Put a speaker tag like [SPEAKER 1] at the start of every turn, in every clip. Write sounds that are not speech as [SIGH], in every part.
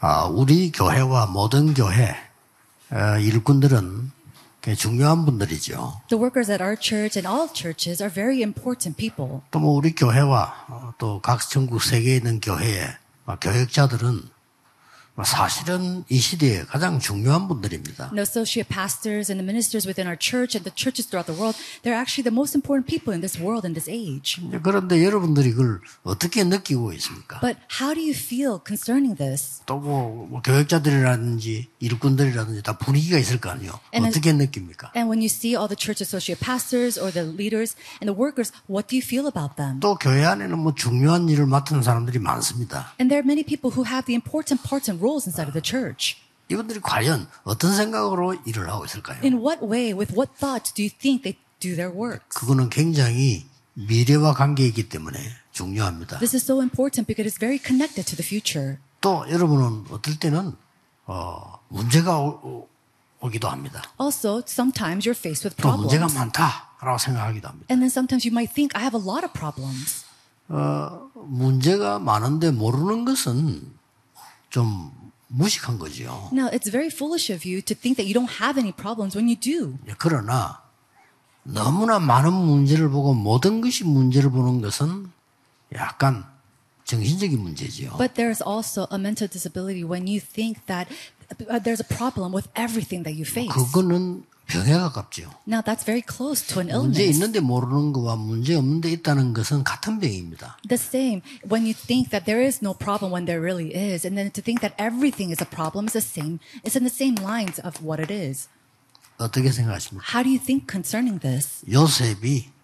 [SPEAKER 1] 아, 우리 교회와 모든 교회 어, 일꾼들은 그 중요한 분들이죠.
[SPEAKER 2] The workers at our church and all churches are very important people.
[SPEAKER 1] 또 뭐 우리 교회와 또 각 전국 세계에 있는 교회의 막 교역자들은 막 사실은 이 시대에 가장 중요한 분들입니다.
[SPEAKER 2] And associate pastors and the ministers within our church and the churches throughout the world, they're actually the most important people in this world in this age.
[SPEAKER 1] 이제 그런데 여러분들이 그걸 어떻게 느끼고 있습니까?
[SPEAKER 2] But how do you feel concerning this?
[SPEAKER 1] 또 뭐 교역자들이라든지 일꾼들이라든지 다 분위기가 있을 거 아니에요.
[SPEAKER 2] And
[SPEAKER 1] 어떻게 느낍니까?
[SPEAKER 2] And when you see all the church associate pastors or the leaders and the workers, what do you feel about them?
[SPEAKER 1] 또 교회 안에는 뭐 중요한 일을 맡은 사람들이 많습니다.
[SPEAKER 2] And there are many people who have the important parts and roles inside of the church.
[SPEAKER 1] 이분들이 과연 어떤 생각으로 일을 하고 있을까요?
[SPEAKER 2] In what way, with what thoughts do you think they do their works?
[SPEAKER 1] 그거는 굉장히 미래와 관계이기 때문에 중요합니다.
[SPEAKER 2] This is so important because it's very connected to the future.
[SPEAKER 1] 또 여러분은 어떨 때는 어, 문제가 오, 기도 합니다.
[SPEAKER 2] Also, sometimes you're faced with
[SPEAKER 1] 또 문제가
[SPEAKER 2] problems.
[SPEAKER 1] 많다라고 생각하기도 합니다.
[SPEAKER 2] And then sometimes you might think, I have a lot of problems.
[SPEAKER 1] 문제가 많은데 모르는 것은 좀 무식한 거지요.
[SPEAKER 2] Now, it's very foolish of you to think that you don't have any problems when you do.
[SPEAKER 1] 그러나 너무나 많은 문제를 보고 모든 것이 문제를 보는 것은 약간 정신적인 문제지요.
[SPEAKER 2] But there's also a mental disability when you think that uh, there's a problem with everything that you face.
[SPEAKER 1] 그거는 병에 가깝지요.
[SPEAKER 2] Now, that's very close to an
[SPEAKER 1] 문제
[SPEAKER 2] illness.
[SPEAKER 1] 있는데 모르는 것과 문제 없는데 있다는 것은 같은 병입니다.
[SPEAKER 2] The same when you think that there is no problem when there really is, and then to think that everything is a problem is the same. It's in the same lines of what it is.
[SPEAKER 1] 어떻게 생각하십니까?
[SPEAKER 2] How do you think concerning this?
[SPEAKER 1] 요셉이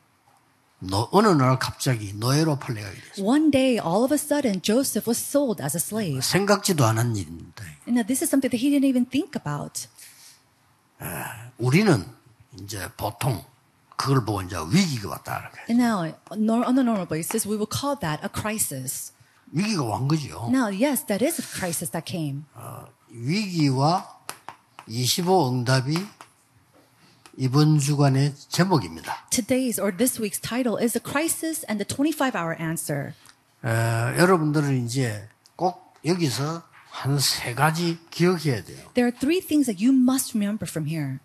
[SPEAKER 1] 노, 어느 날 갑자기 노예로 팔려가게 됐어요.
[SPEAKER 2] One day, all of a sudden, Joseph was sold as a slave.
[SPEAKER 1] 생각지도 않은 일입니다.
[SPEAKER 2] And now this is something that he didn't even think about.
[SPEAKER 1] 우리는 이제 보통 그걸 보고 이제 위기가 왔다. 이렇게.
[SPEAKER 2] And now, nor- on a normal basis, we will call that a crisis.
[SPEAKER 1] 위기가 온 거죠.
[SPEAKER 2] Now, yes, that is a crisis that came.
[SPEAKER 1] 위기와 25 응답이 이번 주간의 제목입니다.
[SPEAKER 2] Today's or this week's title is The Crisis and the 25 Hour Answer.
[SPEAKER 1] 에, 여러분들은 이제 꼭 여기서 한 세 가지 기억해야 돼요.
[SPEAKER 2] There are three things that you must remember from here.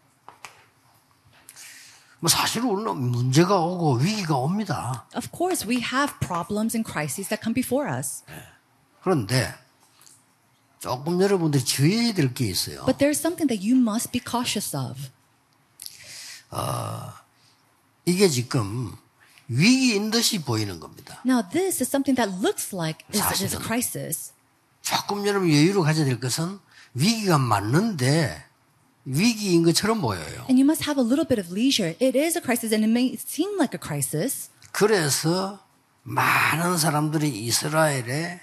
[SPEAKER 1] 뭐 사실 우리는 문제가 오고 위기가 옵니다.
[SPEAKER 2] Of course, we have problems and crises that come before us,
[SPEAKER 1] 그런데 조금 여러분들이 주의해야 될 게 있어요.
[SPEAKER 2] but there's something that you must be cautious of.
[SPEAKER 1] 이게 지금 위기인 듯이 보이는 겁니다.
[SPEAKER 2] Now, this is something that looks like is, is a
[SPEAKER 1] 사실은.
[SPEAKER 2] crisis.
[SPEAKER 1] 조금 여러분 여유를 가져야 될 것은 위기가 맞는데 위기인 것처럼 보여요.
[SPEAKER 2] And you must have a little bit of leisure. It is a crisis, and it may seem like a crisis.
[SPEAKER 1] 그래서 많은 사람들이 이스라엘의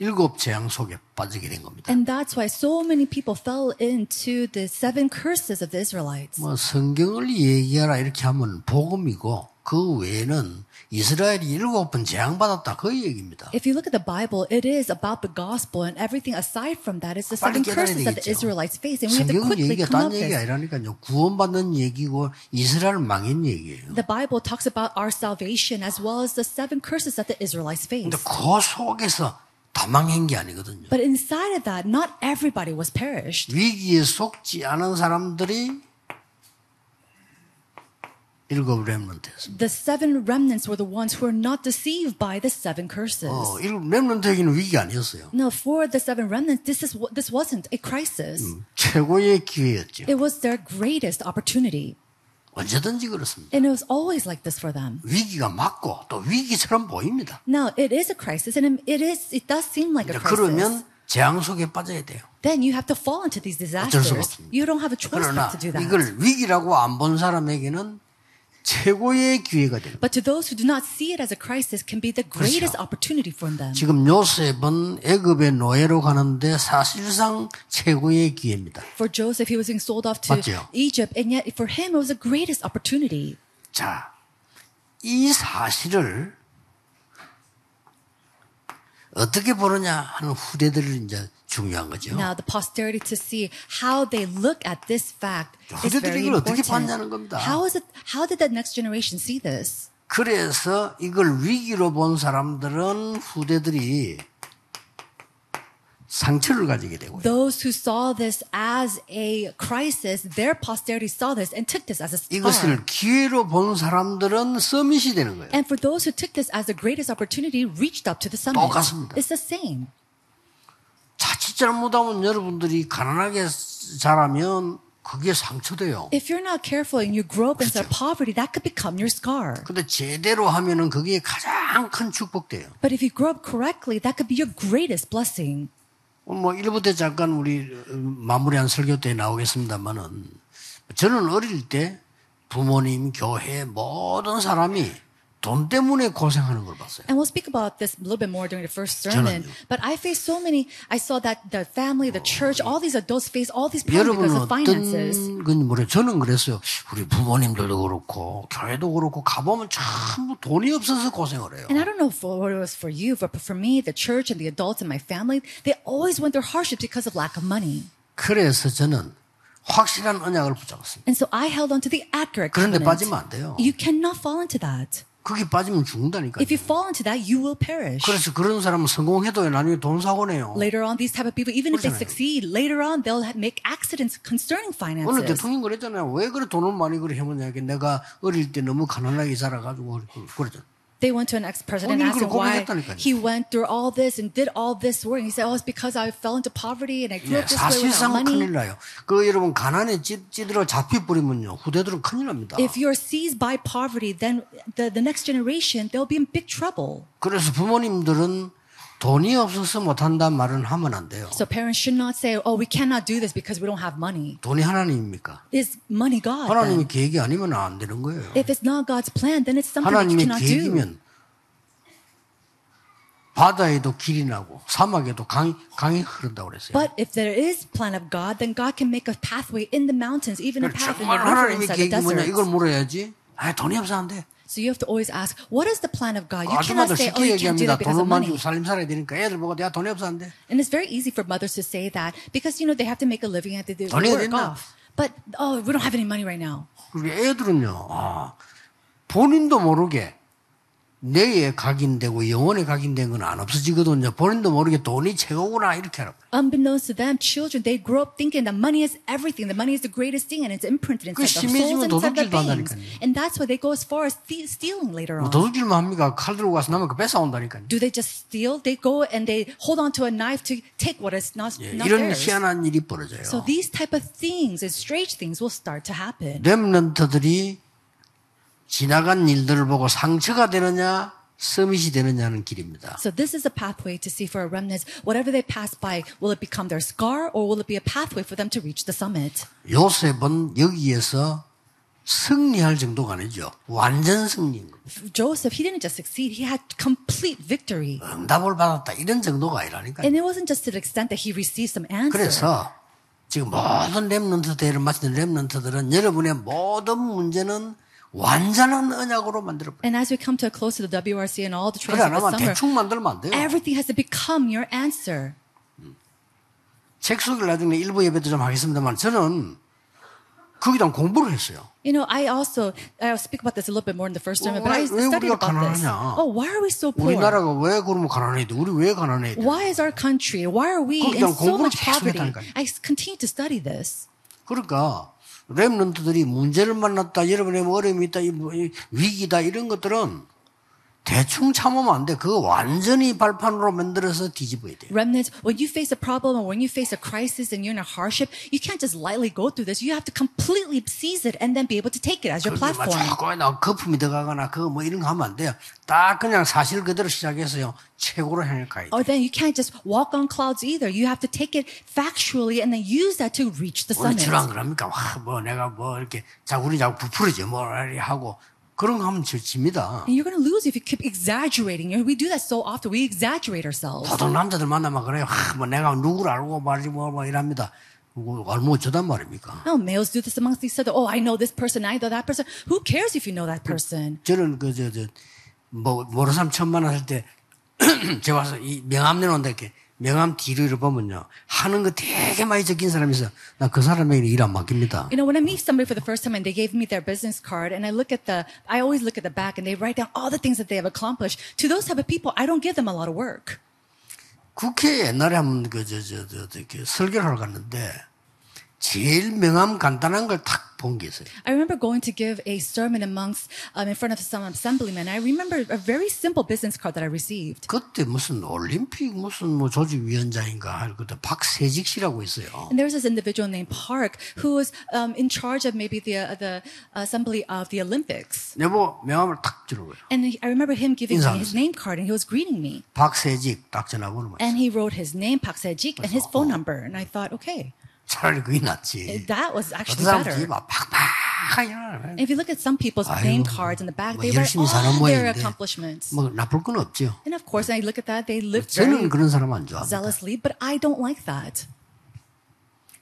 [SPEAKER 1] 일곱 재앙 속에 빠지게 된 겁니다.
[SPEAKER 2] And that's why so many people fell into the seven curses of the Israelites.
[SPEAKER 1] 뭐 성경을 얘기하라 이렇게 하면 복음이고 그 외에는 이스라엘이 일곱 번 재앙받았다 그 얘기입니다.
[SPEAKER 2] If you look at the Bible, it is about the gospel, and everything aside from that is the
[SPEAKER 1] 빨리
[SPEAKER 2] seven
[SPEAKER 1] 깨달아야
[SPEAKER 2] curses that the
[SPEAKER 1] 되겠죠.
[SPEAKER 2] Israelites face, and we have to
[SPEAKER 1] 성경은
[SPEAKER 2] quickly
[SPEAKER 1] 얘기가 딴
[SPEAKER 2] come up with
[SPEAKER 1] 얘기가
[SPEAKER 2] this.
[SPEAKER 1] 아니라니까요. 구원받는 얘기고 이스라엘 망인 얘기예요.
[SPEAKER 2] The Bible talks about our salvation as well as the seven curses that the Israelites face.
[SPEAKER 1] 근데 그 속에서 다 망한 게 아니거든요.
[SPEAKER 2] But inside of that, not everybody was perished.
[SPEAKER 1] 위기에 속지 않은 사람들이 일곱 렘런트였어요.
[SPEAKER 2] The seven remnants were the ones who were not deceived by the seven curses.
[SPEAKER 1] 어, 일곱 렘런트에게는 위기가 아니었어요.
[SPEAKER 2] No, for the seven remnants, this is what this wasn't a crisis.
[SPEAKER 1] Mm. 최고의 기회였죠.
[SPEAKER 2] It was their greatest opportunity,
[SPEAKER 1] 언제든지 그렇습니다.
[SPEAKER 2] and it was always like this for them.
[SPEAKER 1] 위기가 맞고 또 위기처럼 보입니다.
[SPEAKER 2] Now it is a crisis, and it is it does seem like
[SPEAKER 1] 이제
[SPEAKER 2] a crisis.
[SPEAKER 1] 그러니까 그러면 재앙 속에 빠져야 돼요.
[SPEAKER 2] then you have to fall into these
[SPEAKER 1] 수가
[SPEAKER 2] disasters.
[SPEAKER 1] 없습니다.
[SPEAKER 2] You don't have a choice
[SPEAKER 1] 그러나
[SPEAKER 2] but to do that.
[SPEAKER 1] 이걸 위기라고 안 본 사람에게는 최고의 기회가 됩니다.
[SPEAKER 2] but to those who do not see it as a crisis, can be the greatest opportunity for them.
[SPEAKER 1] 지금 요셉은 애굽의 노예로 가는데 사실상 최고의 기회입니다.
[SPEAKER 2] For Joseph, he was being sold off to
[SPEAKER 1] 맞죠?
[SPEAKER 2] Egypt, and yet for him, it was the greatest opportunity.
[SPEAKER 1] 자, 이 사실을 어떻게 보느냐 하는 후대들이 이제 중요한 거죠.
[SPEAKER 2] Now, the posterity to see how they look at this fact is
[SPEAKER 1] 후대들이
[SPEAKER 2] very
[SPEAKER 1] 이걸 어떻게
[SPEAKER 2] important.
[SPEAKER 1] 봤냐는 겁니다.
[SPEAKER 2] How is it? How did that next generation see this?
[SPEAKER 1] 그래서 이걸 위기로 본 사람들은 후대들이 상처를 가지게 되고
[SPEAKER 2] Those who saw this as a crisis, their posterity saw this and took this as a scar.
[SPEAKER 1] 이것을 기회로 본 사람들은 서밋이 되는 거예요.
[SPEAKER 2] And for those who took this as the greatest opportunity, reached up to the summit.
[SPEAKER 1] 똑같습니다.
[SPEAKER 2] It's the same.
[SPEAKER 1] 자칫 잘못하면 여러분들이 가난하게 자라면 그게 상처돼요.
[SPEAKER 2] If you're not careful and you grow up inside poverty, that could become your scar.
[SPEAKER 1] 근데 제대로 하면은 그게 가장 큰 축복돼요.
[SPEAKER 2] But if you grow up correctly, that could be your greatest blessing.
[SPEAKER 1] 뭐 일부 때 잠깐 우리 어, 마무리한 설교 때 나오겠습니다만은 저는 어릴 때 부모님, 교회 모든 사람이 돈 때문에 고생하는 걸 봤어요.
[SPEAKER 2] And we'll speak about this a little bit more during the first sermon.
[SPEAKER 1] 저는요.
[SPEAKER 2] But I faced so many, I saw that the family, the church, all these adults face all these problems because
[SPEAKER 1] 여러분은
[SPEAKER 2] of 그 finances.
[SPEAKER 1] 어떤 건지 모르 저는 그랬어요. 우리 부모님들도 그렇고 교회도 그렇고 가보면 전부 돈이 없어서 고생을 해요.
[SPEAKER 2] And I don't know for, what it was for you, but for me, the church and the adults in my family, they always went through hardships because of lack of money.
[SPEAKER 1] 그래서 저는 확실한 언약을 붙잡았습니다.
[SPEAKER 2] And so I held on to the accurate
[SPEAKER 1] 그런데
[SPEAKER 2] covenant.
[SPEAKER 1] 빠지면 안 돼요.
[SPEAKER 2] You cannot fall into that.
[SPEAKER 1] 그게 빠지면 죽는다니까요.
[SPEAKER 2] If you fall into that, you will perish.
[SPEAKER 1] 그래서 그런 사람은 성공해도 나중에 돈 사고 내요.
[SPEAKER 2] Later on, these type of people, even if they
[SPEAKER 1] 그렇잖아요.
[SPEAKER 2] succeed, later on they'll ha- make accidents concerning
[SPEAKER 1] 오늘
[SPEAKER 2] finances.
[SPEAKER 1] 대통령 그랬잖아요. 왜 그래 돈을 많이 그래 해먹냐. 내가 어릴 때 너무 가난하게 자라가지고 그러잖아.
[SPEAKER 2] They went to an ex-president and
[SPEAKER 1] 본인이
[SPEAKER 2] asked him
[SPEAKER 1] 그걸
[SPEAKER 2] why
[SPEAKER 1] 고백했다니까요.
[SPEAKER 2] he went through all this and did all this work. And he said, "Oh, it's because I fell into poverty and I grew
[SPEAKER 1] 예,
[SPEAKER 2] up this way without
[SPEAKER 1] 사실상
[SPEAKER 2] money."
[SPEAKER 1] 큰일 나요. 그 여러분 가난에 찌- 찌들어 잡혀버리면요. 후대들은 큰일 납니다.
[SPEAKER 2] If you're seized by poverty, then the, the next generation, they'll be in big trouble.
[SPEAKER 1] 그래서 부모님들은 돈이 없어서 못한다 말은 하면 안 돼요.
[SPEAKER 2] So parents should not say, oh, we cannot do this because we don't have money.
[SPEAKER 1] 돈이 하나님입니까?
[SPEAKER 2] Is money God?
[SPEAKER 1] 하나님의
[SPEAKER 2] then?
[SPEAKER 1] 계획이 아니면 안 되는 거예요.
[SPEAKER 2] If it's not God's plan, then it's something that you
[SPEAKER 1] 하나님의
[SPEAKER 2] cannot do.
[SPEAKER 1] 계획이면 바다에도 길이 나고 사막에도 강, 강이 흐른다고 그랬어요.
[SPEAKER 2] But if there is plan of God, then God can make a pathway in the mountains, even a path in
[SPEAKER 1] 정말
[SPEAKER 2] the river
[SPEAKER 1] 하나님의
[SPEAKER 2] inside the
[SPEAKER 1] 계획이 뭐냐 이걸
[SPEAKER 2] desert.
[SPEAKER 1] 물어야지. 아 돈이 없어 안 돼.
[SPEAKER 2] So you have to always ask, what is the plan of God? You
[SPEAKER 1] 아줌마도
[SPEAKER 2] cannot say, oh,
[SPEAKER 1] 쉽게
[SPEAKER 2] you can't do
[SPEAKER 1] 얘기합니다.
[SPEAKER 2] that because
[SPEAKER 1] 돈을
[SPEAKER 2] of
[SPEAKER 1] 많이
[SPEAKER 2] money.
[SPEAKER 1] 주고 살림 살아야 되니까 애들 보고 내가 돈이 없어 안 돼.
[SPEAKER 2] And it's very easy for mothers to say that because, you know, they have to make a living and they do
[SPEAKER 1] 돈이
[SPEAKER 2] work
[SPEAKER 1] 어딨나?
[SPEAKER 2] off. But, oh, we don't have any money right now.
[SPEAKER 1] 그리고 애들은요. 아, 본인도 모르게 뇌에 각인되고 영혼에 각인된 건 안 없어지거든요. 본인도 모르게 돈이 최고구나 이렇게 하라고.
[SPEAKER 2] unbeknownst to them, children, they grow up thinking that money is everything, that money is the greatest thing, and it's imprinted
[SPEAKER 1] 그
[SPEAKER 2] inside their souls
[SPEAKER 1] 심해지면
[SPEAKER 2] and inside their
[SPEAKER 1] 도둑질도
[SPEAKER 2] veins.
[SPEAKER 1] 한다니까요.
[SPEAKER 2] And that's why they go as far as thie- stealing later
[SPEAKER 1] 뭐
[SPEAKER 2] on.
[SPEAKER 1] 도둑질만 합니까? 칼 들고 가서 그 남의 거 뺏어온다니까요.
[SPEAKER 2] Do they just steal? They go and they hold on to a knife to take what is not,
[SPEAKER 1] 예,
[SPEAKER 2] not
[SPEAKER 1] 이런
[SPEAKER 2] theirs.
[SPEAKER 1] 희한한 일이 벌어져요.
[SPEAKER 2] So these type of things and strange things will start to happen.
[SPEAKER 1] 렘넌트들이 지나간 일들을 보고 상처가 되느냐, 서밋이 되느냐는 길입니다.
[SPEAKER 2] So this is a pathway to see for a remnant. Whatever they pass by, will it become their scar or will it be a pathway for them to reach the summit?
[SPEAKER 1] 요셉은 여기에서 승리할 정도가 아니죠. 완전 승리인 겁니다.
[SPEAKER 2] Joseph, he didn't just succeed, he had complete victory.
[SPEAKER 1] 응답을 받았다. 이런 정도가 아니라니까요.
[SPEAKER 2] And it wasn't just to the extent that he received some answers.
[SPEAKER 1] 그래서 지금 모든 렘넌트 대회를 마친 렘넌트들은 여러분의 모든 문제는 완전한 언약으로 만들어버려요.
[SPEAKER 2] And as we come to a close to the WRC and all the
[SPEAKER 1] 네. 그래 안
[SPEAKER 2] trainings of
[SPEAKER 1] 하면
[SPEAKER 2] the summer,
[SPEAKER 1] 대충 만들면 안 돼요.
[SPEAKER 2] everything has to become your answer.
[SPEAKER 1] 책 소개를 나중에 일부 예배도 좀 하겠습니다만 저는 거기다 공부를 했어요.
[SPEAKER 2] You know, I also I'll speak about this a little bit more in the first sermon, but I
[SPEAKER 1] 왜- 왜 우리가
[SPEAKER 2] studied about this.
[SPEAKER 1] 가난하냐?
[SPEAKER 2] Oh, why are we so poor?
[SPEAKER 1] 우리나라가 왜 그러면 가난해야 돼? 우리 왜 가난해야 돼?
[SPEAKER 2] Why is our country? Why are we in
[SPEAKER 1] 거기다
[SPEAKER 2] so
[SPEAKER 1] 공부를
[SPEAKER 2] much
[SPEAKER 1] 계속
[SPEAKER 2] poverty?
[SPEAKER 1] 했다니까요.
[SPEAKER 2] I continue to study this.
[SPEAKER 1] 그러니까 렘런트들이 문제를 만났다, 여러분의 뭐 어려움이 있다, 이뭐 이 위기다 이런 것들은 대충 참으면 안 돼. 그거 완전히 발판으로 만들어서 뒤집어야 돼. 요
[SPEAKER 2] Remnants, when you face a problem or when you face a crisis and you're in a hardship, you can't just lightly go through this. You have to completely seize it and then be able to take it as your
[SPEAKER 1] 그게 막
[SPEAKER 2] platform.
[SPEAKER 1] 뭐 조금이나 거품이 들어가거나 그거 뭐 이런 거 하면 안 돼요. 딱 그냥 사실 그대로 시작해서요. 최고로 향해 가야 돼.
[SPEAKER 2] Or then you can't just walk on clouds either. You have to take it factually and then use that to reach the
[SPEAKER 1] 오늘
[SPEAKER 2] summit.
[SPEAKER 1] 지루한 그럽니까? 와, 뭐 내가 뭐 이렇게 자꾸 우리 자꾸 부풀어져 뭐 이렇게 하고 그런 거 하면 지- 집니다.
[SPEAKER 2] And you're going to lose if you keep exaggerating. You know, we do that so often. We exaggerate ourselves.
[SPEAKER 1] 보통 남자들 만나면 그래요. 하, 뭐 내가 누구를 알고 말이지 뭐, 뭐 이랍니다. 뭐, 얼마 어쩌단 말입니까?
[SPEAKER 2] Oh, males do this amongst each other. Oh, I know this person. I know that person. Who cares if you know that person?
[SPEAKER 1] 저는 그, [CLEARS THROAT] 저, 저, 뭐, 모르는 사람 처음 만났을 때, 제가 와서 이 명함 내놓는데 이렇게 명함 뒤를 보면요. 하는 거 되게 많이 적힌 사람이 있어. 나 그 사람에게 일 안 맡깁니다.
[SPEAKER 2] You know, when I meet somebody for the first time and they gave me their business card and I look at the, I always look at the back and they write down all the things that they have accomplished. To those type of people, I don't give them a lot of work.
[SPEAKER 1] 국회 옛날에 한번 그, 저, 저, 저, 저, 이렇게 설교를 하러 갔는데 제일 명함 간단한 걸 탁 본 게 있어요.
[SPEAKER 2] I remember going to give a sermon amongst, um, in front of some assemblymen. I remember a very simple business card that I received.
[SPEAKER 1] 그때 무슨 올림픽 무슨 뭐 조직위원장인가 할 그때 박세직 씨라고 있어요.
[SPEAKER 2] And there was this individual named Park who was um, in charge of maybe the, uh, the assembly of the Olympics.
[SPEAKER 1] 내보 명함을 탁 주는 거예요.
[SPEAKER 2] And he- I remember him giving me his name card and he was greeting me.
[SPEAKER 1] 박세직 딱 전화번호만. 뭐 있어요.
[SPEAKER 2] And he wrote his name, Park Sejik, and his phone number. And I thought, okay,
[SPEAKER 1] 차라리 그게 낫지.
[SPEAKER 2] that was
[SPEAKER 1] 어떤
[SPEAKER 2] actually
[SPEAKER 1] 사람
[SPEAKER 2] better.
[SPEAKER 1] 뒤에 막 팍팍 일어나요.
[SPEAKER 2] And if you look at some people's
[SPEAKER 1] 아이고,
[SPEAKER 2] name cards in the
[SPEAKER 1] 뭐
[SPEAKER 2] back, they write
[SPEAKER 1] 열심히 사는
[SPEAKER 2] all their
[SPEAKER 1] 모양인데.
[SPEAKER 2] accomplishments.
[SPEAKER 1] 뭐 나쁠 건 없죠.
[SPEAKER 2] And of course, I look at that, they live very
[SPEAKER 1] 저는 그런 사람 안 좋아합니다.
[SPEAKER 2] zealously, but I don't like that.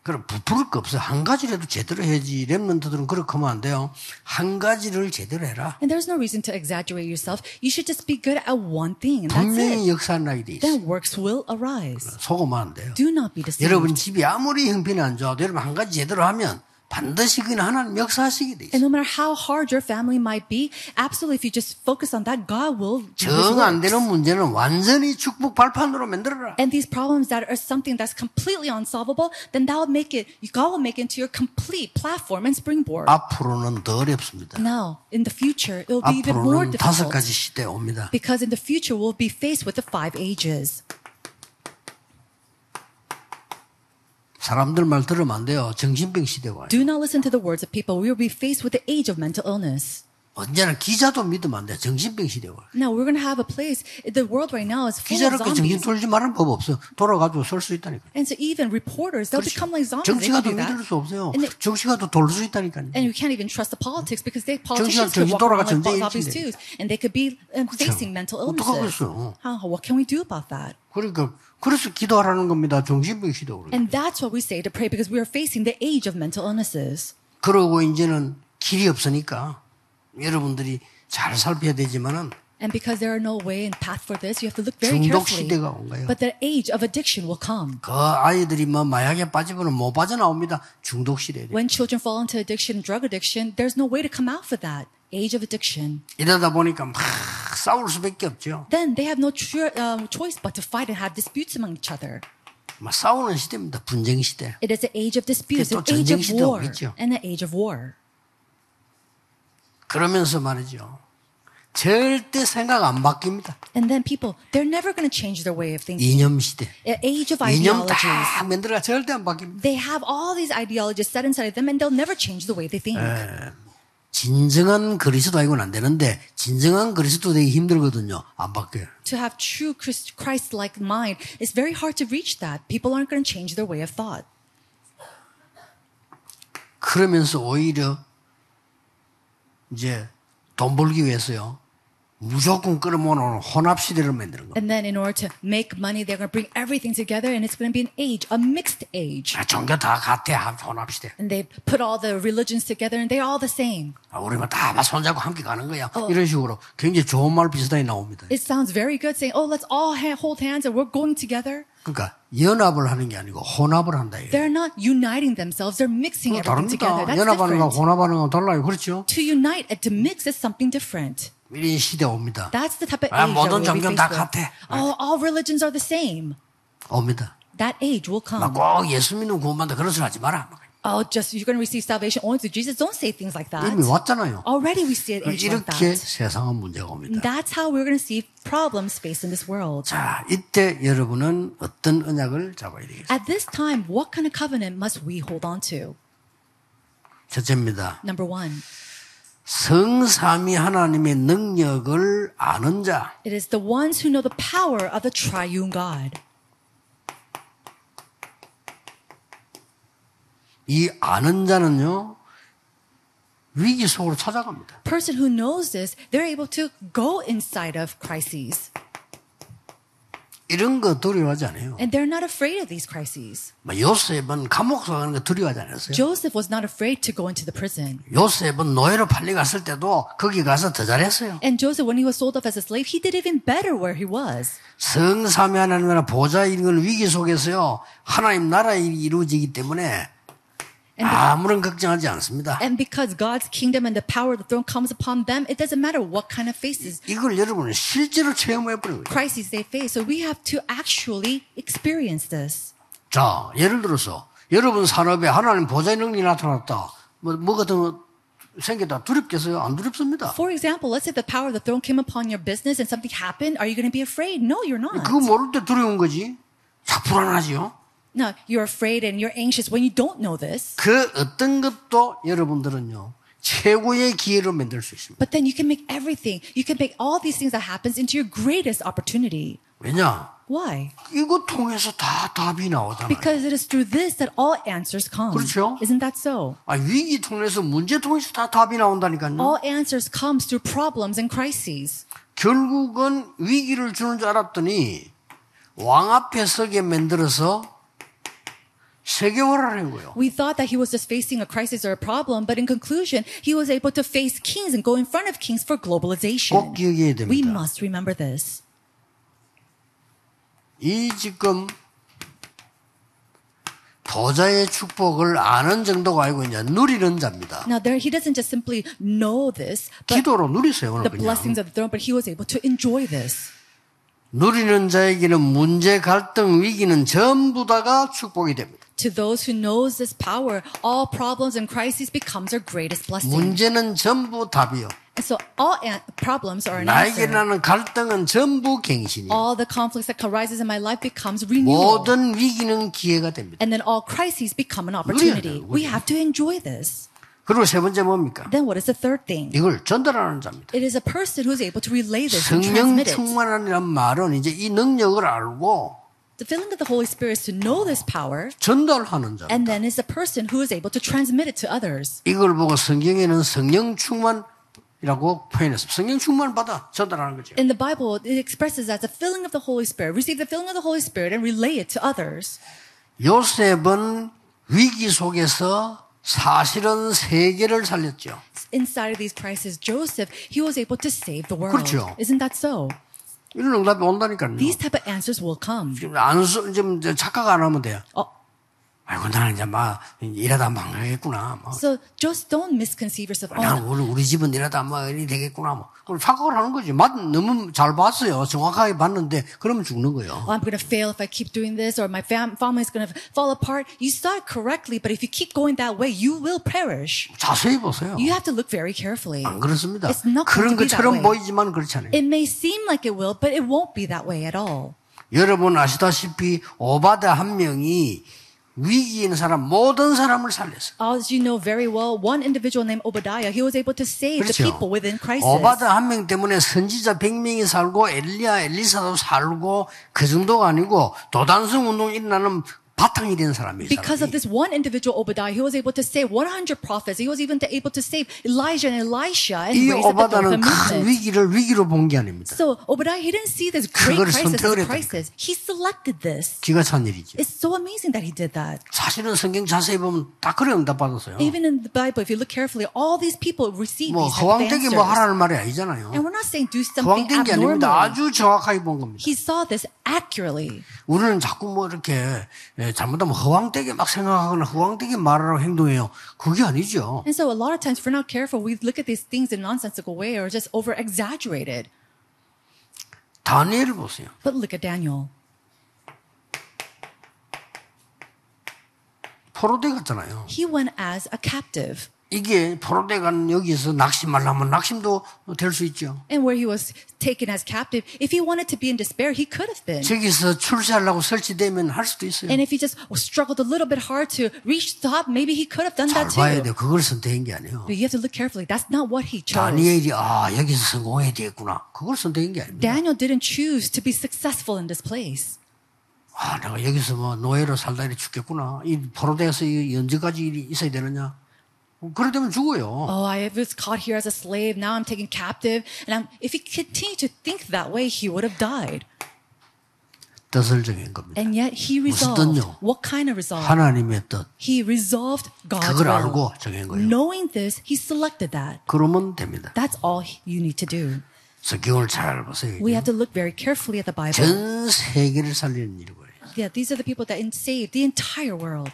[SPEAKER 1] 그럼 부풀을 거 없어요. 한 가지라도 제대로 해야지. 랩런트들은 그렇게 하면 안 돼요. 한 가지를 제대로 해라.
[SPEAKER 2] And there's no reason to exaggerate yourself. You should just be good at one thing, and that's it.
[SPEAKER 1] 분명히 역사나게 돼 있어요.
[SPEAKER 2] Then works will arise.
[SPEAKER 1] 속으면 안 돼요.
[SPEAKER 2] Do not be deceived.
[SPEAKER 1] 여러분 집이 아무리 형편이 안 좋아도 여러분 한 가지 제대로 하면 반드시 그는 하나님 역사하시게 돼
[SPEAKER 2] And
[SPEAKER 1] 있어요.
[SPEAKER 2] no matter how hard your family might be, absolutely, if you just focus on that, God will do His
[SPEAKER 1] 정 안
[SPEAKER 2] works.
[SPEAKER 1] 되는 문제는 완전히 축복 발판으로 만들어라.
[SPEAKER 2] And these problems that are something that's completely unsolvable, then that will make it, God will make it into your complete platform and springboard.
[SPEAKER 1] 앞으로는 더 어렵습니다.
[SPEAKER 2] Now, in the future, it will be even more
[SPEAKER 1] 앞으로는 다섯
[SPEAKER 2] difficult
[SPEAKER 1] 가지 시대 옵니다.
[SPEAKER 2] because in the future, we'll be faced with the five ages.
[SPEAKER 1] 사람들 말 들으면 안 돼요. 정신병 시대 와요.
[SPEAKER 2] Do not listen to the words of people. We will be faced with the age of mental illness.
[SPEAKER 1] 언제나 기자도 믿으면 안 돼요. 정신병 시대 와요.
[SPEAKER 2] Now, wewe're going to have a place. The world right now is full of
[SPEAKER 1] 기자로서 정신
[SPEAKER 2] zombies.
[SPEAKER 1] 돌지 말은 법 없어요. 돌아가지고 설 수 있다니까.
[SPEAKER 2] And so, even reporters, they'll become like zombies. They can
[SPEAKER 1] 정치가도
[SPEAKER 2] do
[SPEAKER 1] 믿을
[SPEAKER 2] that.
[SPEAKER 1] 수 없어요.
[SPEAKER 2] And, they-
[SPEAKER 1] 정치가도 돌 수 있다니까요.
[SPEAKER 2] and you can't even trust the politics because they politicians
[SPEAKER 1] 정치가-
[SPEAKER 2] could
[SPEAKER 1] 정치
[SPEAKER 2] walk around
[SPEAKER 1] 돌아가
[SPEAKER 2] like
[SPEAKER 1] 전쟁
[SPEAKER 2] zombies too.
[SPEAKER 1] 일진데.
[SPEAKER 2] And they could be um, facing mental illnesses.
[SPEAKER 1] 어떡하겠어.
[SPEAKER 2] How, what can we do about that?
[SPEAKER 1] 그러니까 그래서 기도하라는 겁니다. 정신병 시대로.
[SPEAKER 2] And that's what we say to pray because we are facing the age of mental illnesses.
[SPEAKER 1] 그러고 이제는 길이 없으니까 여러분들이 잘 살펴야 되지만은
[SPEAKER 2] And because there are no way and path for this, you have to look very
[SPEAKER 1] 중독
[SPEAKER 2] carefully.
[SPEAKER 1] 시대가 온 거예요.
[SPEAKER 2] But the age of addiction will come.
[SPEAKER 1] 그 아이들이 뭐 마약에 빠지면 못 빠져나옵니다. 중독 시대에.
[SPEAKER 2] When children fall into addiction, drug addiction, there's no way to come out for that. Age of addiction.
[SPEAKER 1] 이러다 보니까 막 싸울 수밖에 없죠.
[SPEAKER 2] Then they have no tru- um, choice but to fight and have disputes among each other.
[SPEAKER 1] 막 싸우는 시대입니다. 분쟁 시대.
[SPEAKER 2] It is the age of disputes,
[SPEAKER 1] 그게 또
[SPEAKER 2] the age
[SPEAKER 1] 전쟁
[SPEAKER 2] of
[SPEAKER 1] 시대가
[SPEAKER 2] war,
[SPEAKER 1] 오겠죠.
[SPEAKER 2] and the age of war.
[SPEAKER 1] 그러면서 말이죠. 절대 생각 안 바뀝니다.
[SPEAKER 2] And then people, they're never going to change their way of thinking.
[SPEAKER 1] 이념 시대.
[SPEAKER 2] A- Age of
[SPEAKER 1] 이념 다
[SPEAKER 2] ideologies.
[SPEAKER 1] 만들어가 절대 안 바뀝니다.
[SPEAKER 2] They have all these ideologies set inside of them, and they'll never change the way they think.
[SPEAKER 1] 진정한 그리스도 아니고는 안 되는데 진정한 그리스도 되기 힘들거든요. 안 바뀌어요.
[SPEAKER 2] to have true Christ like mind, it's very hard to reach that. People aren't going to change their way of thought.
[SPEAKER 1] 그러면서 오히려 이제 돈 벌기 위해서요. 무조건 끌어모으는 혼합 시대를 만드는 거예요.
[SPEAKER 2] And then, in order to make money, they're going to bring everything together, and it's going to be an age, a mixed age.
[SPEAKER 1] 아, 종교 다 같아 혼합 시대.
[SPEAKER 2] And they put all the religions together, and they're all the same.
[SPEAKER 1] 아, 우리만 다 손잡고 함께 가는 거야. 이런 식으로 굉장히 좋은 말 비슷하게 나옵니다.
[SPEAKER 2] It sounds very good saying, oh, let's all ha- hold hands and we're going together.
[SPEAKER 1] 그러니까 연합을 하는 게 아니고 혼합을 한다. 이거예요.
[SPEAKER 2] They're not uniting themselves, they're mixing
[SPEAKER 1] 그거
[SPEAKER 2] everything together.
[SPEAKER 1] 다릅니다.
[SPEAKER 2] That's
[SPEAKER 1] 연합하는 거
[SPEAKER 2] different.
[SPEAKER 1] 혼합하는 거 달라요. 그렇죠?
[SPEAKER 2] To unite and to mix is something different.
[SPEAKER 1] 이런 시대 옵니다.
[SPEAKER 2] That's the type of age
[SPEAKER 1] 아,
[SPEAKER 2] that we'll
[SPEAKER 1] 모든
[SPEAKER 2] be
[SPEAKER 1] 종교는 다
[SPEAKER 2] faced with.
[SPEAKER 1] 같아.
[SPEAKER 2] Oh, all religions are the same.
[SPEAKER 1] 옵니다.
[SPEAKER 2] That age will come.
[SPEAKER 1] 막 꼭 예수 믿는 구원받는다 그런 소리 하지 마라. 막
[SPEAKER 2] Oh, just you're going to receive salvation only through Jesus. Don't say things like that.
[SPEAKER 1] 이미 왔잖아요. 어,
[SPEAKER 2] Already we see it age like
[SPEAKER 1] 이렇게 네.
[SPEAKER 2] that.
[SPEAKER 1] 세상은 문제가 옵니다.
[SPEAKER 2] That's how we're going to see problems faced in this world.
[SPEAKER 1] 자, 이때 여러분은 어떤 언약을 잡아야 되겠어요?
[SPEAKER 2] At this time, what kind of covenant must we hold on to?
[SPEAKER 1] 첫째입니다.
[SPEAKER 2] Number one,
[SPEAKER 1] 성삼위 하나님의 능력을 아는 자.
[SPEAKER 2] it is the ones who know the power of the triune God.
[SPEAKER 1] 이 아는 자는요, 위기 속으로 찾아갑니다.
[SPEAKER 2] Person who knows this, they're able to go inside of crises.
[SPEAKER 1] 이런 거 두려워하지 않아요.
[SPEAKER 2] And they're not afraid of these crises.
[SPEAKER 1] 뭐 요셉은 감옥 가는 거 두려워하지 않았어요.
[SPEAKER 2] Joseph was not afraid to go into the prison.
[SPEAKER 1] 요셉은 노예로 팔려갔을 때도 거기 가서 더 잘했어요.
[SPEAKER 2] And Joseph, when he was sold off as a slave, he did even better where he was.
[SPEAKER 1] 성삼위 하나님이나 보좌 이런 위기 속에서요 하나님 나라 일이 이루어지기 때문에 아무런 걱정하지 않습니다.
[SPEAKER 2] And because God's kingdom and the power of the throne comes upon them, it doesn't matter what kind of faces,
[SPEAKER 1] 이걸 여러분은 실제로 체험해 버리는 거예요.
[SPEAKER 2] crises they face. So we have to actually experience this.
[SPEAKER 1] 자, 예를 들어서 여러분 산업에 하나님 보좌의 능력이 나타났다. 뭐 뭐가 더 생겼다. 두렵겠어요? 안 두렵습니다.
[SPEAKER 2] For example, let's say the power of the throne came upon your business and something happened. Are you going to be afraid? No, you're not.
[SPEAKER 1] 그거 모를 때 두려운 거지. 자, 불안하지요.
[SPEAKER 2] No, you're afraid and you're anxious when you don't know this.
[SPEAKER 1] 그 어떤 것도 여러분들은요 최고의 기회로 만들 수 있습니다.
[SPEAKER 2] But then you can make everything. You can make all these things that happens into your greatest opportunity.
[SPEAKER 1] 왜냐?
[SPEAKER 2] Why?
[SPEAKER 1] 이거 통해서 다 답이 나오잖아요.
[SPEAKER 2] Because it is through this that all answers come.
[SPEAKER 1] 그렇죠.
[SPEAKER 2] Isn't that so?
[SPEAKER 1] 아, 위기 통해서 문제 통해서 다 답이 나온다니까요.
[SPEAKER 2] All answers comes through problems and crises.
[SPEAKER 1] 결국은 위기를 주는 줄 알았더니 왕 앞에 서게 만들어서 세계화를 한 거예요.
[SPEAKER 2] We thought that he was just facing a crisis or a problem, but in conclusion, he was able to face kings and go in front of kings for
[SPEAKER 1] 꼭
[SPEAKER 2] globalization.
[SPEAKER 1] 기억해야
[SPEAKER 2] We
[SPEAKER 1] 됩니다.
[SPEAKER 2] must remember this.
[SPEAKER 1] 이 지금 보좌의 축복을 아는 정도가 아니고 그냥 누리는 자입니다.
[SPEAKER 2] Now, there, he doesn't just simply know this, but
[SPEAKER 1] 기도로 누리세요
[SPEAKER 2] the
[SPEAKER 1] 오늘 그냥.
[SPEAKER 2] blessings of the throne, but he was able to enjoy this.
[SPEAKER 1] 누리는 자에게는 문제, 갈등, 위기는 전부 다가 축복이 됩니다.
[SPEAKER 2] To those who knows this power, all problems and crises becomes our greatest blessing.
[SPEAKER 1] 문제는 전부 답이요.
[SPEAKER 2] And so all an- problems are an
[SPEAKER 1] 나에게
[SPEAKER 2] answer.
[SPEAKER 1] 나는 갈등은 전부 갱신이요.
[SPEAKER 2] All the conflicts that arises in my life becomes renewal.
[SPEAKER 1] 모든 위기는 기회가 됩니다.
[SPEAKER 2] And then all crises become an opportunity.
[SPEAKER 1] 돼요,
[SPEAKER 2] We
[SPEAKER 1] 그거는.
[SPEAKER 2] have to enjoy this.
[SPEAKER 1] 그리고 세 번째 뭡니까?
[SPEAKER 2] Then what is the third thing?
[SPEAKER 1] 이걸 전달하는 자입니다.
[SPEAKER 2] It is a person who is able to relay this and
[SPEAKER 1] 성령
[SPEAKER 2] transmit it.
[SPEAKER 1] 충만이라는 말은 이제 이 능력을 알고
[SPEAKER 2] The filling of the Holy Spirit is to know this power,
[SPEAKER 1] 전달하는 자.
[SPEAKER 2] and then is a person who is able to transmit it to others.
[SPEAKER 1] 이걸 보고 성경에는 성령 충만이라고 표현했습니다. 성령 충만 받아 전달하는 거죠.
[SPEAKER 2] In the Bible, it expresses as a filling of the Holy Spirit. Receive the filling of the Holy Spirit and relay it to others.
[SPEAKER 1] 요셉은 위기 속에서 사실은 세계를 살렸죠.
[SPEAKER 2] inside of these crises, Joseph, he was able to save the world.
[SPEAKER 1] 그렇죠.
[SPEAKER 2] Isn't that so?
[SPEAKER 1] 이런 응답이 온다니까요.
[SPEAKER 2] These type of answers will come. Oh,
[SPEAKER 1] 지금 안, 써- 지금 이제 착각 안 하면 돼요.
[SPEAKER 2] 어.
[SPEAKER 1] 아이고, 나는 이제 막 일하다 망하겠구나. 뭐.
[SPEAKER 2] So just don't misconceive yourself.
[SPEAKER 1] 야,
[SPEAKER 2] Oh,
[SPEAKER 1] 오늘 우리 집은 이러다 뭐 일이 되겠구나. 뭐. 그럼 착각을 하는 거지. 맞, 너무 잘 봤어요. 정확하게 봤는데, 그러면 죽는 거예요.
[SPEAKER 2] oh, I'm going to fail if I keep doing this, or my fam- family is going to fall apart. You saw it correctly, but if you keep going that way, you will perish.
[SPEAKER 1] 자세히 보세요.
[SPEAKER 2] You have to look very carefully.
[SPEAKER 1] 안 그렇습니다.
[SPEAKER 2] 예. It's not
[SPEAKER 1] 그런
[SPEAKER 2] going to be that
[SPEAKER 1] 것처럼
[SPEAKER 2] way.
[SPEAKER 1] 보이지만 그렇지 않아요.
[SPEAKER 2] It may seem like it will, but it won't be that way at all.
[SPEAKER 1] 여러분 아시다시피 오바다 한 명이 위기에 있는 사람, 모든 사람을 살렸어요.
[SPEAKER 2] As you know very well, one individual named Obadiah, he was able to save the
[SPEAKER 1] 그렇죠.
[SPEAKER 2] people within crisis.
[SPEAKER 1] 오바다 한 명 때문에 선지자 100명이 살고 엘리야 엘리사도 살고 그 정도가 아니고 도단성 운동이 일어나는 바탕이 된 사람이에요. 이
[SPEAKER 2] Because of
[SPEAKER 1] 사람이.
[SPEAKER 2] this one individual, Obadiah, he was able to save 100 prophets. He was even able to save Elijah and Elisha and
[SPEAKER 1] 이
[SPEAKER 2] raise up the
[SPEAKER 1] 오바다는
[SPEAKER 2] Dothan
[SPEAKER 1] 큰
[SPEAKER 2] movement.
[SPEAKER 1] 위기를 위기로 본 게 아닙니다.
[SPEAKER 2] So Obadiah, he didn't see this great
[SPEAKER 1] 그거를
[SPEAKER 2] crisis as a
[SPEAKER 1] 선택을
[SPEAKER 2] crisis. He selected this.
[SPEAKER 1] 기가 찬 일이죠.
[SPEAKER 2] It's so amazing that he did that.
[SPEAKER 1] 사실은 성경 자세히 보면 다 그래 응답받았어요.
[SPEAKER 2] Even in the Bible, if you look carefully, all these people received
[SPEAKER 1] 뭐
[SPEAKER 2] these type of
[SPEAKER 1] 허황되게 뭐
[SPEAKER 2] answers.
[SPEAKER 1] 하라는 말이
[SPEAKER 2] And
[SPEAKER 1] 아니잖아요.
[SPEAKER 2] we're not saying do something
[SPEAKER 1] 허황된 게 아닙니다.
[SPEAKER 2] abnormal.
[SPEAKER 1] 아주 정확하게 본 겁니다.
[SPEAKER 2] He saw this accurately.
[SPEAKER 1] 우리는 자꾸 뭐 이렇게 예, 잘못하면 허황되게 막 생각하거나 허황되게 말하라고 행동해요. 그게 아니죠.
[SPEAKER 2] And so a lot of times, if we're not careful, we look at these things in a nonsensical way or just over-exaggerated.
[SPEAKER 1] 다니엘을 보세요.
[SPEAKER 2] But look at Daniel.
[SPEAKER 1] 포로대 갔잖아요.
[SPEAKER 2] He went as a captive.
[SPEAKER 1] 이게 포로대 간 여기서 낙심하려 하면 낙심도 될 수 있죠.
[SPEAKER 2] and where he was taken as captive, if he wanted to be in despair, he could have been.
[SPEAKER 1] 저기서 출세하려고 설치되면 할 수도 있어요.
[SPEAKER 2] And if he just struggled a little bit hard to reach the top, maybe he could have done
[SPEAKER 1] 잘
[SPEAKER 2] that
[SPEAKER 1] 봐야 돼요.
[SPEAKER 2] too.
[SPEAKER 1] 그걸 선택한 게 아니에요.
[SPEAKER 2] But you have to look carefully. That's not what he chose.
[SPEAKER 1] 다니엘이 아 여기서 성공해야 되겠구나. 그걸 선택한 게 아닙니다.
[SPEAKER 2] Daniel didn't choose to be successful in this place.
[SPEAKER 1] 아 내가 여기서 뭐 노예로 살다 이래 죽겠구나. 이 포로대에서 이 언제까지 일이 있어야 되느냐. 그러려면 죽어요.
[SPEAKER 2] Oh, I was caught here as a slave. Now I'm taken captive. And I'm, if he continued to think that way, he would have died.
[SPEAKER 1] 뜻을 정한 겁니다.
[SPEAKER 2] And yet he resolved.
[SPEAKER 1] 뜻요?
[SPEAKER 2] What kind of resolve?
[SPEAKER 1] 하나님의 뜻
[SPEAKER 2] He resolved God's
[SPEAKER 1] 그걸
[SPEAKER 2] will.
[SPEAKER 1] 알고 정한 거예요. 네.
[SPEAKER 2] Knowing this, he selected that.
[SPEAKER 1] 그러면 됩니다.
[SPEAKER 2] That's all he- you need to do.
[SPEAKER 1] 성경을 잘 보세요.
[SPEAKER 2] We have to look very carefully at the Bible.
[SPEAKER 1] 전 세계를 살리는 일이고요.
[SPEAKER 2] Yeah, these are the people that in- saved the entire world.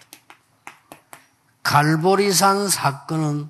[SPEAKER 1] 갈보리산 사건은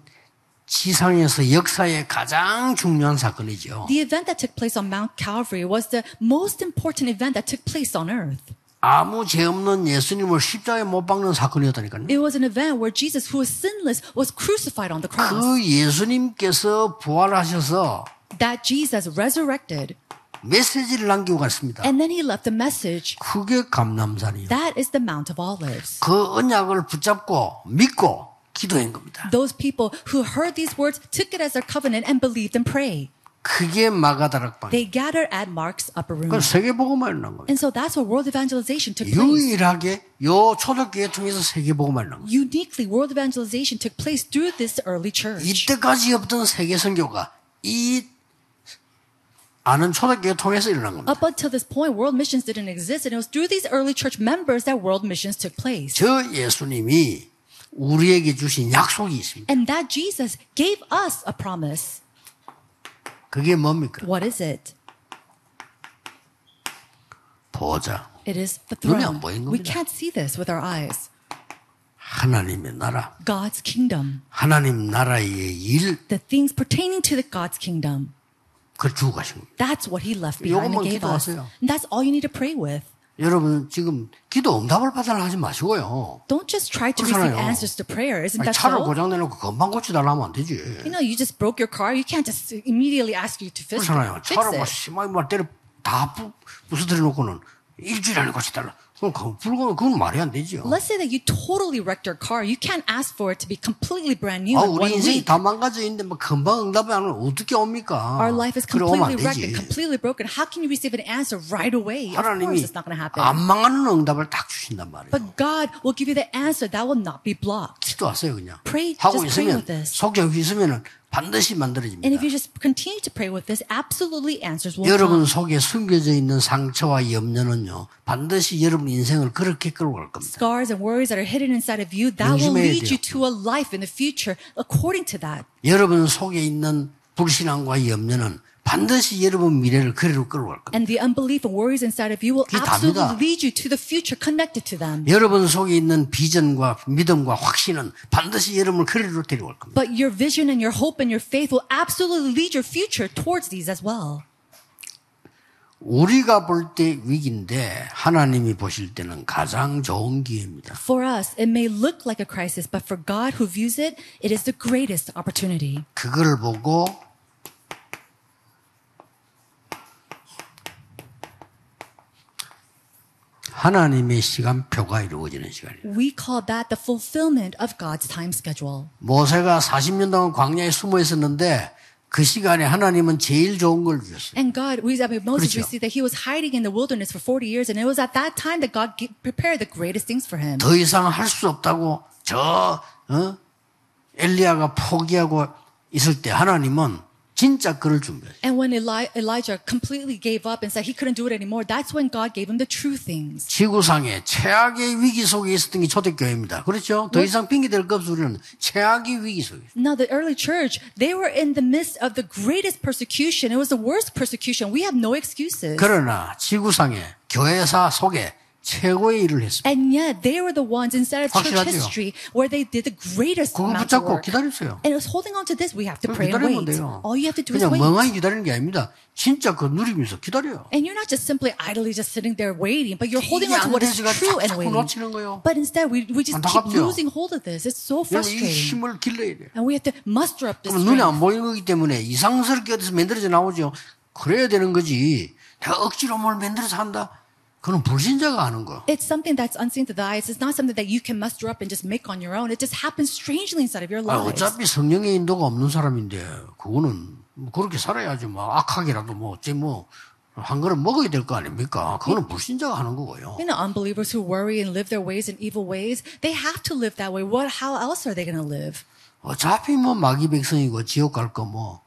[SPEAKER 1] 지상에서 역사의 가장 중요한 사건이죠.
[SPEAKER 2] The event that took place on Mount Calvary was the most important event that took place on earth.
[SPEAKER 1] 아무 죄 없는 예수님을 십자에 못 박는 사건이었다니까요.
[SPEAKER 2] It was an event where Jesus, who was sinless, was crucified on the cross.
[SPEAKER 1] 그 예수님께서 부활하셔서
[SPEAKER 2] That Jesus resurrected,
[SPEAKER 1] 메시지를 남기고 갔습니다.
[SPEAKER 2] and then he left a message.
[SPEAKER 1] 그게 감남산이에요.
[SPEAKER 2] That is the Mount of Olives.
[SPEAKER 1] 그 언약을 붙잡고 믿고 기도한 겁니다.
[SPEAKER 2] Those people who heard these words took it as their covenant and believed and prayed.
[SPEAKER 1] 그게 마가다락방.
[SPEAKER 2] They gathered at Mark's upper
[SPEAKER 1] 그
[SPEAKER 2] room.
[SPEAKER 1] 세계복음화를 난 거예요.
[SPEAKER 2] And so that's where world evangelization took place.
[SPEAKER 1] 유일하게 요 초대교회 통해서 세계복음화를 난 거예요.
[SPEAKER 2] Uniquely, world evangelization took place through this early church.
[SPEAKER 1] 이때까지 없던 세계 선교가 이 아는 초대교회 통해서 일어난 겁니다.
[SPEAKER 2] Up until this point, world missions didn't exist, and it was through these early church members that world missions took place.
[SPEAKER 1] 저 예수님이 우리에게 주신 약속이 있습니다.
[SPEAKER 2] And that Jesus gave us a promise.
[SPEAKER 1] 그게 뭡니까?
[SPEAKER 2] What is it?
[SPEAKER 1] 보자.
[SPEAKER 2] It is the
[SPEAKER 1] 눈에 안
[SPEAKER 2] throne.
[SPEAKER 1] 보이는
[SPEAKER 2] We
[SPEAKER 1] 겁니다.
[SPEAKER 2] can't see this with our eyes.
[SPEAKER 1] 하나님의 나라.
[SPEAKER 2] God's kingdom,
[SPEAKER 1] 하나님 나라의 일,
[SPEAKER 2] the things pertaining to the God's kingdom.
[SPEAKER 1] 그걸 주고 가신 겁니다.
[SPEAKER 2] That's what He left
[SPEAKER 1] 요것만
[SPEAKER 2] behind and gave us.
[SPEAKER 1] 기도하세요.
[SPEAKER 2] And that's all you need to pray with.
[SPEAKER 1] 여러분, 지금 기도 응답을 받으라 하지 마시고요.
[SPEAKER 2] Don't just try to
[SPEAKER 1] 그렇잖아요.
[SPEAKER 2] receive answers to prayer. Isn't
[SPEAKER 1] 아니,
[SPEAKER 2] that
[SPEAKER 1] 차를
[SPEAKER 2] so?
[SPEAKER 1] 고장내놓고 금방 고치달라 하면 안
[SPEAKER 2] You
[SPEAKER 1] 되지.
[SPEAKER 2] know, you just broke your car. You can't just immediately ask you to fix
[SPEAKER 1] 그렇잖아요.
[SPEAKER 2] fix
[SPEAKER 1] 차를 막
[SPEAKER 2] it.
[SPEAKER 1] 심하게 막 때려 다 부, 부서뜨려 놓고는 일주일 안에 고치달라. 그럼 그, 불건, 그건 말이 안 되죠.
[SPEAKER 2] Let's say that you totally wrecked your car. You can't ask for it to be completely brand new
[SPEAKER 1] 아,
[SPEAKER 2] in one
[SPEAKER 1] 우리 인생이
[SPEAKER 2] week.
[SPEAKER 1] 다 망가져 있는데 막 금방 응답이 안 오면 어떻게 옵니까?
[SPEAKER 2] Our life is
[SPEAKER 1] 그래 오면 안
[SPEAKER 2] completely wrecked
[SPEAKER 1] 되지.
[SPEAKER 2] and completely broken. How can you receive an answer right away? Of course,
[SPEAKER 1] 하나님이
[SPEAKER 2] it's not going to happen.
[SPEAKER 1] 안 망하는 응답을 딱 주신단 말이에요.
[SPEAKER 2] But God will give you the answer that will not be blocked.
[SPEAKER 1] 기도하세요 그냥.
[SPEAKER 2] Pray,
[SPEAKER 1] 하고
[SPEAKER 2] just pray
[SPEAKER 1] 있으면
[SPEAKER 2] with this.
[SPEAKER 1] 속적이 있으면 반드시
[SPEAKER 2] And if
[SPEAKER 1] 만들어집니다.
[SPEAKER 2] you just continue to pray with this, absolutely answers will
[SPEAKER 1] 여러분
[SPEAKER 2] come.
[SPEAKER 1] 속에 숨겨져 있는 상처와 염려는요 반드시 여러분 인생을 그렇게 끌고 갈 겁니다.
[SPEAKER 2] Scars and worries that are hidden inside of you, that will
[SPEAKER 1] 명심해야
[SPEAKER 2] lead
[SPEAKER 1] 돼요.
[SPEAKER 2] you to a life in the future according to that.
[SPEAKER 1] 여러분 속에 있는 불신앙과 염려는 반드시 여러분 미래를 그리로 끌고 갈 겁니다.
[SPEAKER 2] And the unbelief and worries inside of you will
[SPEAKER 1] 그게
[SPEAKER 2] absolutely
[SPEAKER 1] 답니다.
[SPEAKER 2] lead you to the future connected to them.
[SPEAKER 1] 여러분 속에 있는 비전과 믿음과 확신은 반드시 여러분을 그리로 데려올 겁니다.
[SPEAKER 2] But your vision and your hope and your faith will absolutely lead your future towards these as well.
[SPEAKER 1] 우리가 볼 때 위기인데 하나님이 보실 때는 가장 좋은 기회입니다.
[SPEAKER 2] For us, it may look like a crisis, but for God who views it, it is the greatest opportunity.
[SPEAKER 1] 그걸 보고 하나님의 시간표가 이루어지는 시간이에요.
[SPEAKER 2] We call that the fulfillment of God's time schedule.
[SPEAKER 1] 모세가 40년 동안 광야에 숨어 있었는데 그 시간에 하나님은 제일 좋은 걸 주셨어요.
[SPEAKER 2] And God, we, I mean, Moses, we
[SPEAKER 1] 그렇죠.
[SPEAKER 2] see that he was hiding in the wilderness for 40 years, and it was at that time that God ge- prepared the greatest things for him.
[SPEAKER 1] 더 이상 할 수 없다고 저 어? 엘리야가 포기하고 있을 때 하나님은 진짜 그를 준비했어요.
[SPEAKER 2] And when Eli- Elijah completely gave up and said he couldn't do it anymore, that's when God gave him the true things.
[SPEAKER 1] 지구상에 최악의 위기 속에 있었던 게 초대교회입니다. 그렇죠?
[SPEAKER 2] 네.
[SPEAKER 1] 더 이상 핑계될 것 없이 우리는 최악의 위기 속에 있어요.
[SPEAKER 2] Now, the early church, they were in the midst of the greatest persecution. It was the worst persecution. We have no excuses.
[SPEAKER 1] 그러나 지구상에 교회사 속에 최고의 일을 했습니다.
[SPEAKER 2] And yet, they were the ones inside of church
[SPEAKER 1] 확실하지요.
[SPEAKER 2] history where they did the greatest
[SPEAKER 1] 그거
[SPEAKER 2] amount of
[SPEAKER 1] 붙잡고
[SPEAKER 2] work.
[SPEAKER 1] 기다리세요.
[SPEAKER 2] And it was holding on to this. We have to pray and
[SPEAKER 1] 기다리면
[SPEAKER 2] wait.
[SPEAKER 1] 돼요.
[SPEAKER 2] All you have to do is
[SPEAKER 1] 그냥
[SPEAKER 2] wait.
[SPEAKER 1] 멍하니 기다리는 게 아닙니다. 진짜 그 누리면서 기다려요.
[SPEAKER 2] And you're not just simply idly just sitting there waiting, but you're holding
[SPEAKER 1] 이게
[SPEAKER 2] on to
[SPEAKER 1] 안
[SPEAKER 2] what is
[SPEAKER 1] 돼지가
[SPEAKER 2] true and
[SPEAKER 1] 자꾸 놓치는
[SPEAKER 2] waiting.
[SPEAKER 1] 거예요.
[SPEAKER 2] But instead, we, we just keep
[SPEAKER 1] 안타깝죠.
[SPEAKER 2] losing hold of this. It's so
[SPEAKER 1] 여러분, 이
[SPEAKER 2] frustrating.
[SPEAKER 1] 힘을 길러야 돼요.
[SPEAKER 2] And we have to muster up this
[SPEAKER 1] 그럼 눈에
[SPEAKER 2] strength.
[SPEAKER 1] 안 보이는 거기 때문에 이상스럽게 어디서 만들어져 나오죠. 그래야 되는 거지. 내가 억지로 뭘 만들어서 한다? 그건 불신자가 하는 거.
[SPEAKER 2] It's something that's unseen to the eyes. It's not something that you can muster up and just make on your own. It just happens strangely inside of your
[SPEAKER 1] 아,
[SPEAKER 2] lives.
[SPEAKER 1] 어차피 성령의 인도가 없는 사람인데 그거는 뭐 그렇게 살아야지 뭐 악하게라도 뭐 어째 뭐한 그릇 먹어야 될 거 아닙니까? 그거는
[SPEAKER 2] 네.
[SPEAKER 1] 불신자가 하는 거고요.
[SPEAKER 2] You know, unbelievers who worry and live their ways in evil ways, they have to live that way. What? How else are they going to live?
[SPEAKER 1] 어차피 뭐 마귀 백성이고 지옥 갈 거 뭐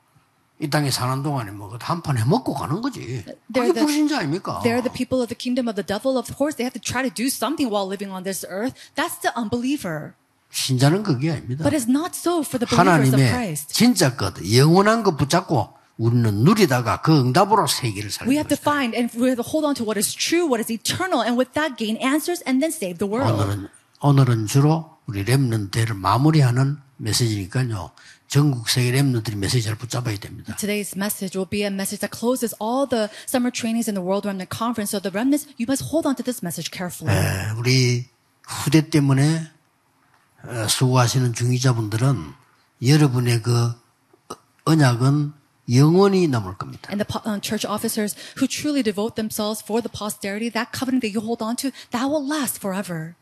[SPEAKER 1] 이 땅에 사는 동안에 뭐 한판 해먹고 가는 거지. 그게
[SPEAKER 2] 네, They're the-
[SPEAKER 1] 불신자 아닙니까?
[SPEAKER 2] They're the people of the kingdom of the devil. Of course, they have to try to do something while living on this earth. That's the unbeliever.
[SPEAKER 1] 신자는 그게 아닙니다.
[SPEAKER 2] But it's not so for the believers of
[SPEAKER 1] 하나님의
[SPEAKER 2] Christ.
[SPEAKER 1] 진짜 것, 영원한 것 붙잡고 우리는 누리다가 그 응답으로 세계를 살리는
[SPEAKER 2] We have to find and we have to hold on to what is true, what is eternal, and with that gain answers and then save the world.
[SPEAKER 1] 오늘은 오늘은 주로 우리 렘넌트를 마무리하는 메시지니까요. 전국 세계 렘넌트들이 메시지를 붙잡아야 됩니다.
[SPEAKER 2] Today's message will be a message that closes all the summer trainings in the World Remnant Conference. So the remnants, you must hold on to this message carefully.
[SPEAKER 1] 에, 우리 후대 때문에 어, 수고하시는 중위자분들은 여러분의 그 어- 언약은 영원히 남을 겁니다.
[SPEAKER 2] And the po- uh, church officers who truly devote themselves for the posterity, that covenant that you hold on to, that will last forever.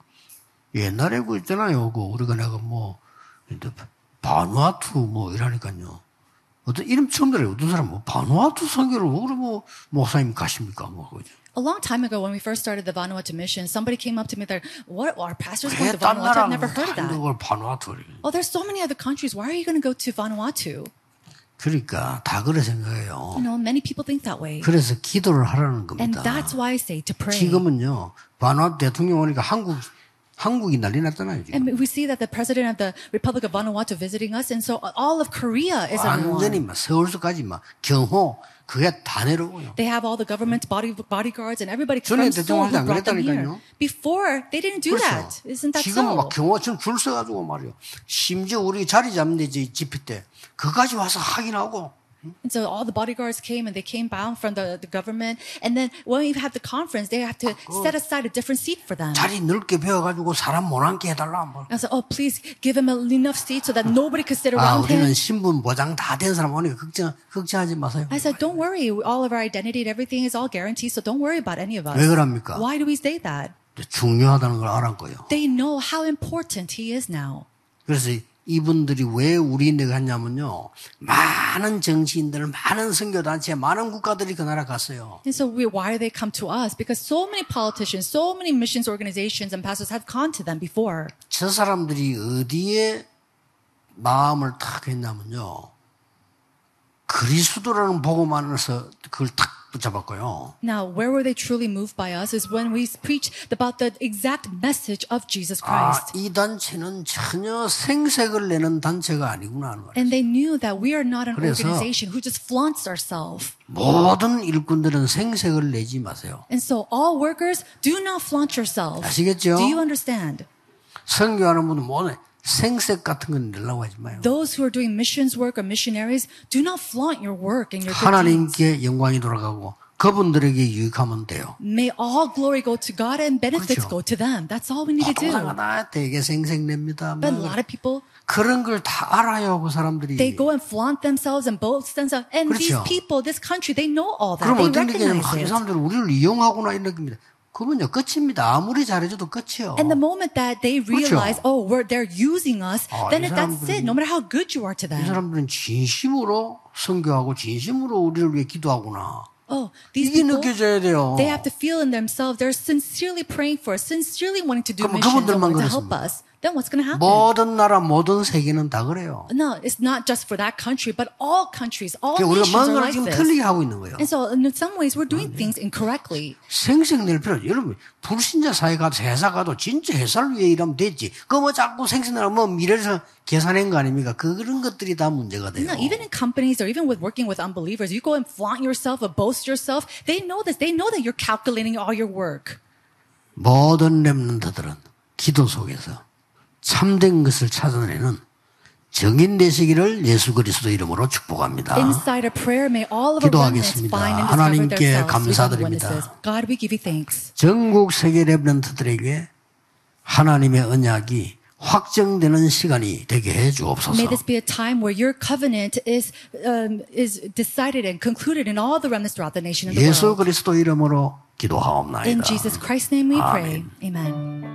[SPEAKER 1] 옛날에 그 있잖아요. 그 우리가 내가 뭐 이제 바누아투 뭐 이러니까요. 어떤 이름 처음 들어요. 어떤 사람 뭐 바누아투 선교를 우리 뭐 목사님 가십니까 뭐 그죠.
[SPEAKER 2] A long time ago, when we first started the Vanuatu mission, somebody came up to me that, "What are pastors going to
[SPEAKER 1] 왜딴
[SPEAKER 2] Vanuatu? I've
[SPEAKER 1] 나라는
[SPEAKER 2] never heard of
[SPEAKER 1] 다
[SPEAKER 2] that.
[SPEAKER 1] 이걸 바누아투 그래요.
[SPEAKER 2] Oh, there's so many other countries. Why are you going to go to Vanuatu?
[SPEAKER 1] 그러니까 다 그래 생각해요.
[SPEAKER 2] You know, many people think that way,
[SPEAKER 1] 그래서 기도를 하라는
[SPEAKER 2] and
[SPEAKER 1] 겁니다.
[SPEAKER 2] that's why I say to pray.
[SPEAKER 1] 지금은요 바누아투 대통령 오니까 한국 한국이 난리 났잖아요. 지금.
[SPEAKER 2] And we see that the president of the Republic of Vanuatu visiting us, and so all of Korea is in
[SPEAKER 1] 완전히
[SPEAKER 2] one.
[SPEAKER 1] 막 서울서까지 막 경호 그게 다 내려오요.
[SPEAKER 2] They have all the government body bodyguards and everybody
[SPEAKER 1] 전에
[SPEAKER 2] from Seoul
[SPEAKER 1] 대통령한테
[SPEAKER 2] who
[SPEAKER 1] 안
[SPEAKER 2] brought them
[SPEAKER 1] 그랬다니까요.
[SPEAKER 2] here. Before they didn't do that, isn't that
[SPEAKER 1] 지금은 막
[SPEAKER 2] so?
[SPEAKER 1] 경호처럼 줄 서가지고 말이요. 심지어 우리 자리 잡는데 이제 집회 때 그까지 와서 확인하고
[SPEAKER 2] And so all the bodyguards came and they came bound from the, the government. And then when we had the conference, they had to set aside a different seat for them.
[SPEAKER 1] 자리 넓게 배워가지고 사람 못 앉게 해달라. 뭐.
[SPEAKER 2] I said, oh, please give him enough seats so that nobody could sit
[SPEAKER 1] 아,
[SPEAKER 2] around
[SPEAKER 1] 우리는
[SPEAKER 2] him.
[SPEAKER 1] 신분 보장 다 된 사람 오니까 걱정 걱정하지 마세요.
[SPEAKER 2] I said, don't worry. All of our identity and everything is all guaranteed. So don't worry about any of
[SPEAKER 1] 왜
[SPEAKER 2] us.
[SPEAKER 1] 그럽니까?
[SPEAKER 2] Why do we say that?
[SPEAKER 1] 중요하다는 걸 알았고요.
[SPEAKER 2] They know how important he is now.
[SPEAKER 1] 그래서 이분들이 왜 우리인데가 했냐면요. 많은 정치인들, 많은 선교단체, 많은 국가들이 그 나라 갔어요.
[SPEAKER 2] And so we, why do they come to us? Because so many politicians, so many missions organizations and pastors have gone to them before.
[SPEAKER 1] 저 사람들이 어디에 마음을 탁 했냐면요. 그리스도라는 복음 안에서 그걸 탁 붙잡았고요.
[SPEAKER 2] Now, where were they truly moved by us is when we preach about the exact message of Jesus
[SPEAKER 1] 아,
[SPEAKER 2] Christ.
[SPEAKER 1] 이 단체는 전혀 생색을 내는 단체가 아니구나 하는 거예요.
[SPEAKER 2] And they knew that we are not an
[SPEAKER 1] 그래서-
[SPEAKER 2] organization who just flaunts ourselves.
[SPEAKER 1] 모든 일꾼들은 생색을 내지 마세요.
[SPEAKER 2] And so, all workers, do not flaunt yourself.
[SPEAKER 1] 아시겠죠?
[SPEAKER 2] Do you understand?
[SPEAKER 1] 선교하는 분은 뭐네 생색 같은 건 내려고 하지 마요.
[SPEAKER 2] Those who are doing missions work or missionaries, do not flaunt your work
[SPEAKER 1] 네,
[SPEAKER 2] and your good deeds.
[SPEAKER 1] 하나님께 영광이 돌아가고 그분들에게 유익하면 돼요.
[SPEAKER 2] May all glory go to God and benefits
[SPEAKER 1] 그렇죠.
[SPEAKER 2] go to them. That's all we need to do.
[SPEAKER 1] 고상하다 아, 되게 생색냅니다.
[SPEAKER 2] But a
[SPEAKER 1] 뭐
[SPEAKER 2] lot of people,
[SPEAKER 1] 그런 걸 다 알아요 그
[SPEAKER 2] they
[SPEAKER 1] 사람들이.
[SPEAKER 2] go and flaunt themselves and boast themselves. And these
[SPEAKER 1] 그렇죠.
[SPEAKER 2] people, this country, they know all that.
[SPEAKER 1] 그럼
[SPEAKER 2] They
[SPEAKER 1] 어떤 느낌이냐면 아, 이
[SPEAKER 2] recognize it.
[SPEAKER 1] 사람들은 우리를 이용하구나 이런 느낌이다. 그러면요 끝입니다. 아무리 잘해줘도 끝이요.
[SPEAKER 2] And the moment that they realize, oh, we're, they're using us,
[SPEAKER 1] 아,
[SPEAKER 2] then
[SPEAKER 1] 이
[SPEAKER 2] if that's it, no matter how good you are
[SPEAKER 1] 이
[SPEAKER 2] to them.
[SPEAKER 1] 사람들은 진심으로 선교하고 진심으로 우리를 위해 기도하구나.
[SPEAKER 2] Oh, these
[SPEAKER 1] 이게
[SPEAKER 2] people,
[SPEAKER 1] 느껴져야 돼요.
[SPEAKER 2] they have to feel in themselves they're sincerely praying for us, sincerely wanting to do
[SPEAKER 1] 그럼
[SPEAKER 2] missions and
[SPEAKER 1] 그분들만
[SPEAKER 2] wanting to help
[SPEAKER 1] 그렇습니다.
[SPEAKER 2] us. Then what's going to happen?
[SPEAKER 1] 모든 나라 모든 세계는 다 그래요.
[SPEAKER 2] no, it's not just for that country, but all countries, all
[SPEAKER 1] 그러니까 우리가
[SPEAKER 2] nations
[SPEAKER 1] 뭔가
[SPEAKER 2] are like
[SPEAKER 1] 를 지금
[SPEAKER 2] this.
[SPEAKER 1] 틀리게 하고 있는 거예요.
[SPEAKER 2] And so, in some ways, we're doing things incorrectly.
[SPEAKER 1] 생색낼 필요 없 여러분 불신자 사회 가도 회사 가도 진짜 회사를 위해 일하면 됐지. 그뭐 자꾸 생색내라 뭐 미래에서 계산한 거 아닙니까? 그런 것들이 다 문제가 돼요.
[SPEAKER 2] No, even in companies or even with working with unbelievers, you go and flaunt yourself or boast yourself. They know this. They know that you're calculating all your work.
[SPEAKER 1] 모든 렘넌트들은 기도 속에서 참된 것을 찾아내는 정인 되시기를 예수 그리스도 이름으로 축복합니다.
[SPEAKER 2] Inside a prayer, may all of our remnants
[SPEAKER 1] Ah. 기도하겠습니다.
[SPEAKER 2] find and discover
[SPEAKER 1] 하나님께
[SPEAKER 2] themselves.
[SPEAKER 1] 감사드립니다.
[SPEAKER 2] God, we give you thanks.
[SPEAKER 1] 전국 세계 렘넌트들에게 하나님의 언약이 확정되는 시간이 되게 해
[SPEAKER 2] May
[SPEAKER 1] 주옵소서.
[SPEAKER 2] this be a time where your covenant is um, is decided and concluded in all the remnants throughout the nation and the
[SPEAKER 1] 예수
[SPEAKER 2] world.
[SPEAKER 1] 그리스도 이름으로
[SPEAKER 2] In
[SPEAKER 1] 기도하옵나이다.
[SPEAKER 2] Jesus Christ's name we pray. Amen.